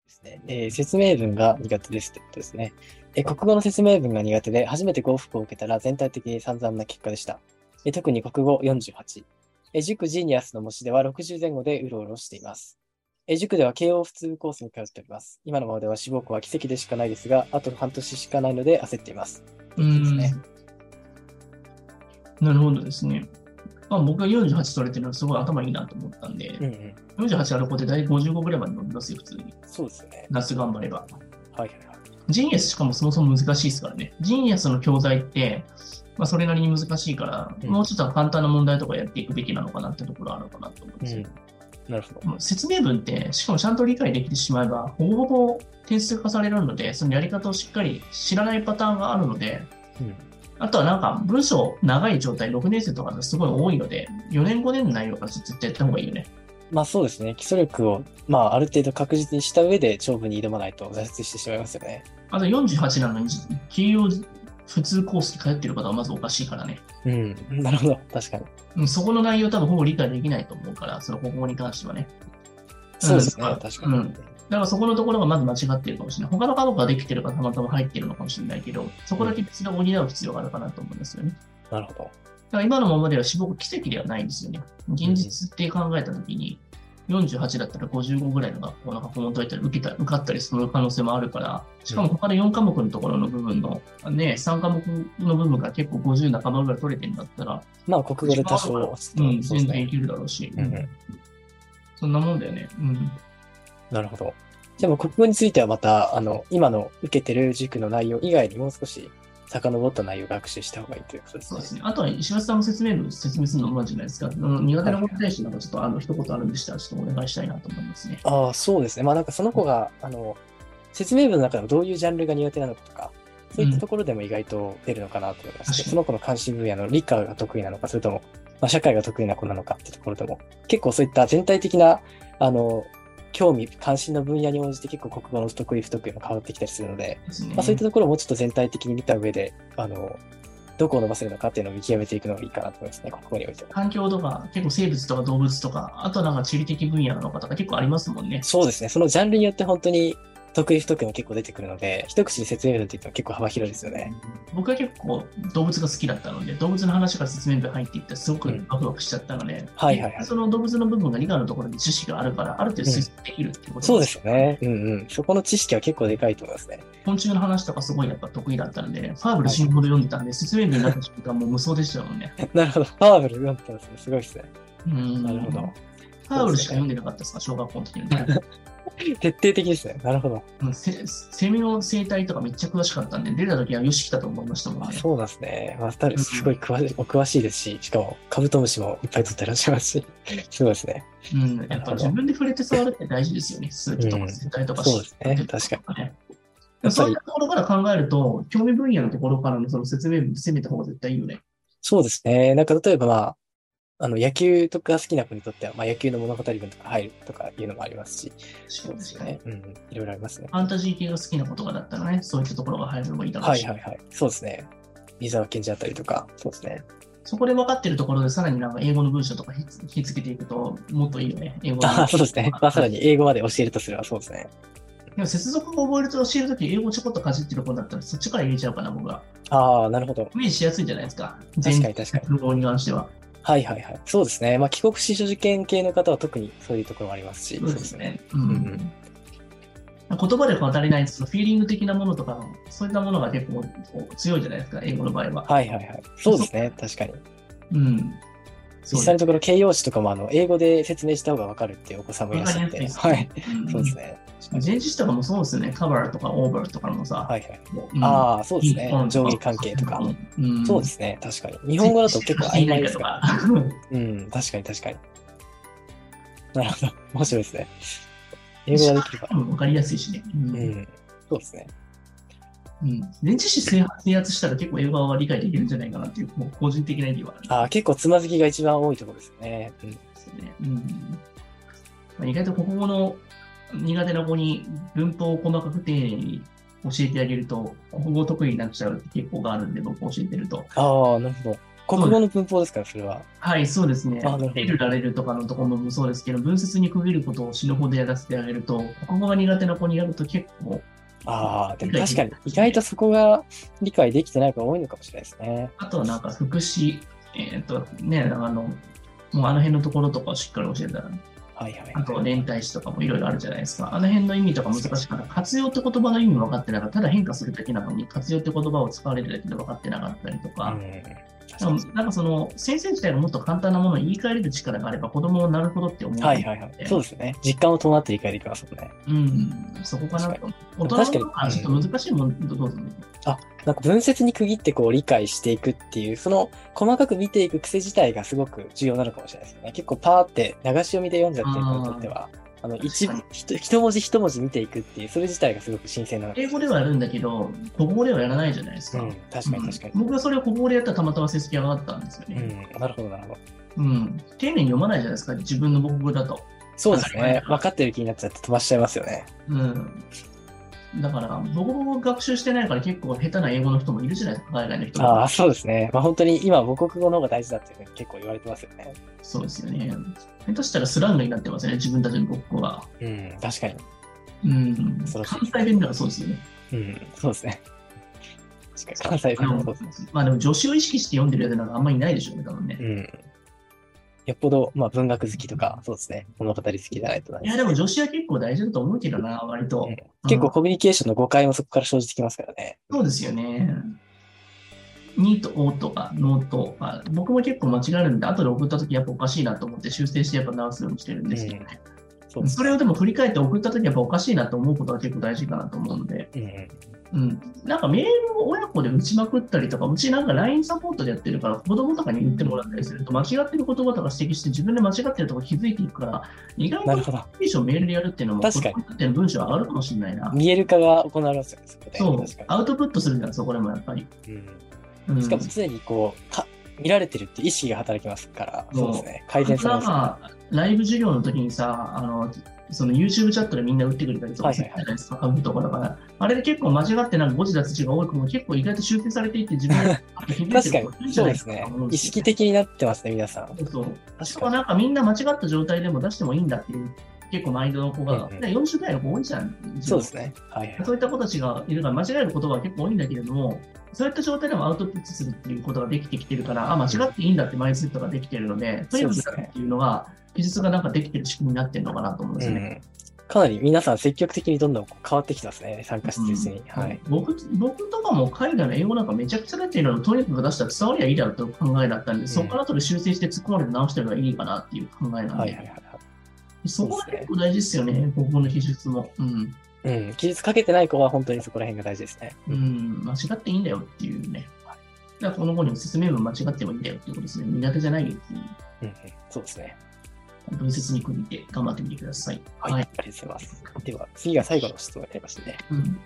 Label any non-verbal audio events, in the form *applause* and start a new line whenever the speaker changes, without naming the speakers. ですね、えー説明文が苦手ですってことですね、えー国語の説明文が苦手で、初めて合否を受けたら全体的に散々な結果でした。えー特に国語48。えー塾ジーニアスの模試では60前後でうろうろしています。えー塾では慶応普通コースに通っております。今のままでは志望校は奇跡でしかないですが、あと半年しかないので焦っています。
う
です
ん
ね
なるほどですね。まあ、僕が48取れてるのはすごい頭いいなと思ったんで、
うんうん。
48ある子で大体55ぐらいまで伸びますよ、普通に。
そうですよね。
夏頑張れば。
はいはいはい。
ジニアスしかもそもそも難しいですからね。ジニアスの教材って、まあ、それなりに難しいから、
うん
もうちょっと簡単な問題とかやっていくべきなのかなってところあるのかなと思うんですよ。
なるほど。
もう説明文って、しかもちゃんと理解できてしまえば、ほぼほぼ点数化されるので、そのやり方をしっかり知らないパターンがあるので、
うん
あとはなんか文章長い状態、6年生とかがすごい多いので、4年5年の内容から絶対やった方がいいよね。
まあそうですね。基礎力を、まあある程度確実にした上で長文に挑まないと挫折してしまいますよね。
あと48なのに、企業普通コースに通ってる方はまずおかしいからね。
うん。なるほど。確かに。
うんそこの内容多分ほぼ理解できないと思うから、その方法に関してはね。
そうですね。
うん
確かに。
うんだからそこのところがまず間違ってるかもしれない。他の科目ができてるかたまたま入ってるのかもしれないけど、そこだけ別で補う必要があるかなと思うんですよね。
なるほど。
だから今のままでは死亡奇跡ではないんですよね。現実って考えたときに、48だったら55ぐらいの学校の学問解いたら受けた受かったりする可能性もあるから、しかも他の4科目のところの部分の、ね、3科目の部分が結構50半ばぐらい取れてるんだったら、
まあ国語で多少落ちて
う
も
ん、
そうです
全然い
ね。
けるだろうし、
うんうん
そんなもんだよね。うん。
なるほど。でも国語についてはまた、あの、今の受けてる塾の内容以外にもう少し遡った内容を学習した方がいいということです
そう
ね。
ですね。あとは石橋さんの説明文説明するのうまいじゃないですか。あの苦手なことに対してなんかちょっとあの一言あるんでしたら、ちょっとお願いしたいなと思いますね。
ああ、そうですね。まあなんかその子が、あの、説明文の中でもどういうジャンルが苦手なのかとか、そういったところでも意外と出るのかなと思いまして、
うん
その子の関心分野の理科が得意なのか、それとも、まあ、社会が得意な子なのかってところでも、結構そういった全体的な、あの、興味、関心の分野に応じて結構国語の得意不得意も変わってきたりするので、
ですね
まあ、そういったところをもうちょっと全体的に見た上で、あの、どこを伸ばせるのかっていうのを見極めていくのがいいかなと思いますね、国語においては。
環境とか、結構生物とか動物とか、あとはなんか地理的分野なのかとか結構ありますもんね。
そうですね、そのジャンルによって本当に得意不得意も結構出てくるので、一口に説明文って言っても結構幅広いですよね。
僕は結構動物が好きだったので、動物の話が説明文入っていって、すご
う
く
ん
ワクワクしちゃったので、
はいはいはい
その動物の部分が理科のところに知識があるから、ある程度推測できるっていうこと
そうですよ。ね。うんうん。そこの知識は結構でかいと思いますね。 *laughs*
昆虫の話とかすごいやっぱ得意だったので、ファーブル死ぬほど読んでたんで、説明文になった瞬間もう無双でしたも
*laughs*
んね。
なるほど。パワフル読んでたんですね。すごいですね。
うん
なるほど。
ファーブルしか読んでなかったですか、小学校
*laughs*
の時に。
徹底的ですね。なるほど。
うんせ *laughs* セミの生態とかめっちゃ詳しかったんで、出た時はよし来たと思いましたもん
あ
ね。
そうなんですね。まあ、た
うん
すごい詳しいお詳しいですし、しかもカブトムシもいっぱい取ってらっしゃいますし、 *laughs* すごいですね。
うん、やっぱ自分で触れて触るって大事ですよね。数値と
うん
か生態とか
そうですね
知ってるとね
やっぱ
そうい
り
っ、たところから考えると、興味分野のところからのその説明文攻めた方が絶対いいよね。
そうですね。なんか例えばまあ、あの野球とか好きな子にとっては、まあ、野球の物語文とか入るとかいうのもありますし、
そうですよね。
ね。うんうん。いろいろありますね。
ファンタジー系が好きなことがだったらね、そういったところが入るのもいいだろう
はい
し、
はいはい。そうですね。水沢健二あたりとか、そうですね。
そこで分かってるところでさらになんか英語の文章とかひっひっつけていくと、もっといいよね。英語の
あそう
*laughs*
ですね。まあ、さらに英語まで教えるとすればそうですね。
でも接続語を覚えると教えるとき、英語ちょこっとかじってる子だったら、そっちから入れちゃうかな、僕は。
ああ、なるほど。
イメージしやすいじゃないですか。
確かに確かに。
文法に関しては。
はいはいはい。そうですね。まあ、帰国子女受験系の方は特にそういうところもありますし。
そうです。ね。う
うん
ん言葉で語れないそのフィーリング的なものとかの、そういったものが結構強いじゃないですか、英語の場合は。
はいはいはい。そうですね。確かに。
うん。
実際のところ形容詞とかもあの英語で説明した方がわかるっていうお子さんもいらっしゃって。はい。そうです
ね。
ね。
前詞とかもそうですよね、カバーとかオーバーとかもさ、
はいはい。
うん
ああ、そうですね
日本。
上下関係とか。、
うん
そうですね。確かに。日本語だと結構曖昧
*laughs*
ですから。
かとか。
うん。確かに確かに。なるほど。面白いですね。英語ができれば。
分かりやすいしね。う
うんん。そうですね。
うん前置詞制圧制圧したら結構英語は理解できるんじゃないかなっていう、もう個人的な意義はあるん
ああ、結構つまずきが一番多いところですよね。うん。
ですよね。うんまあ、意外と国語の苦手な子に文法を細かく丁寧に教えてあげると、国語得意になっちゃうって傾向があるんで、僕教えてると。
ああ、なるほど。国語の文法ですから、それは。
はい、そうですね
あなるほど。
ビルられるとかのところもそうですけど、文節に区切ることを死ぬほどやらせてあげると、国語が苦手な子にやると結構、
ああ、でも
理
確
解でき
か
な
に
い、
意外とそこが理解できてない子が多いのかもしれないですね。
あとはなんか福祉、えっ、とね、あの、もうあの辺のところとかをしっかり教えたら、
はいはい。
あとは連帯詞とかもいろいろあるじゃないですか。あの辺の意味とか難しくない。活用って言葉の意味分かってなかったら、ただ変化するだけなのに、活用って言葉を使われるだけで分かってなかったりと
う
か、
ん確
で
か
も
に
なんかその先生自体がもっと簡単なものを言い換えれる力があれば子供をなるほどって思う、
はいはいはい。そうですね。実感を伴って理解できますもんね。
うん、そこかなと。大人の
確かに
方がちょっと難しいもん、どうぞ、ね。
なんか文節に区切ってこう理解していくっていう、その細かく見ていく癖自体がすごく重要なのかもしれないですね。結構パーって流し読みで読んじゃってる子にとっては、あの一
確か
一一文字一文字見ていくっていう、それ自体がすごく新鮮なのかも
英
しれない
語ではやるんだけど、国語ではやらないじゃないですか。
うん、確かに確か
うん
に。
僕はそれを国語でやったらたまたま成績上がったんですよ
う
ね。
ん、なるほどなるほど。
うん。丁寧に読まないじゃないですか、自分の母国語だと。
そうです
確
ね。
かに
分かってる気になっちゃって飛ばしちゃいますよね。
うん。だから、母国語を学習してないから結構下手な英語の人もいるじゃないですか、海外の人
ああ、
も。
そうですね。まあ本当に今母国語の方が大事だっていうふうに結構言われてますよね。
そうですよね。下手したらスラングになってますよね、自分たちの国語が。
うん、確かに。
うん。
そう
関西弁ならそうですよね。
うん、そうですね。確かに関西
あ
弁もそう
の
ですね。
まあでも、助詞を意識して読んでるやつなんかあんまりいないでしょうね、多分ね。
うん。よっぽど、まあ文学好きとか、そうですね。物語好きじゃないとない
や、でも女子は結構大事だと思うけどな、割と。
うん
うん
結構コミュニケーションの誤解もそこから生じてきますからね。
そうですよね。にとおとかのとか、僕も結構間違えるんで、後で送った時やっぱおかしいなと思って修正してやっぱ直すようにしてるんですけどね。
そうです
それをでも振り返って送った時やっぱおかしいなと思うことは結構大事かなと思うんで、
うんうん。
うん。なんかメールを親子で打ちまくったりとか、うちなんか LINE サポートでやってるから、子供とかに言ってもらったりすると、間違ってる言葉とか指摘して自分で間違ってるとこ気づいていくから、意外
なる
と
ほど。
文章メールでやるっていうのも、
確かに
子供にとっての文章上がるかもしれないな。
見える化が行われますよね、そこで。
そう
確、か
アウトプットするんだ、そこでもやっぱり。
に。うん
うん
しかも常にこう、か見られてるって意識が働きますから、
そ
そううですね。改善され
な
ま
ん
すね。
か、ライブ授業の時にさ、あの、その YouTube チャットでみんな打ってくれたりと
はい
かす
はい
るじ
は
ゃ
い
ないですか、株とかだから。あれで結構間違ってなんか誤字脱字が多い子も結構意外と修正されていって自分で
確かに、そうですね。意識。的になってますね、皆さん。
そうそう。し
確か
かも
に。
なんかみんな間違った状態でも出してもいいんだっていう、結構マインドの子が、
うんうん
40代の子多いじゃん。
そうですね。はいはい。
そういった子たちがいるから間違える言葉は結構多いんだけれども、そういった状態でもアウトプットするっていうことができてきてるから、あ、間違っていいんだってマインドセットができてるので、とにかく
そうですね
っていうのが、技術がなんかできてる仕組みになってるのかなと思うんですよね。
うんかなり皆さん積極的にどんどんこう変わってきてますね、参加してるうちに。はい。
僕僕とかも海外の英語なんかめちゃくちゃだっていうのをとにかく出したら伝わりゃいいだろうという考えだったんで、そこから後で修正して突っ込まれて直してるのがいいかなっていう考えなんで、
はいはいはいはい。
そこが結構大事ですよね、僕の技術も。うん。
うん、技術かけてない子は本当にそこら辺が大事ですね。
うん、間違っていいんだよっていうね。だからこの後にも説明文間違ってもいいんだよっていうことですね。苦手じゃないよっていう。
うんうん、そうですね。
分節に組みて頑張ってみてください。
はい、
はい
ありがとうございます。では、次が最後の質問になりましたね。
うん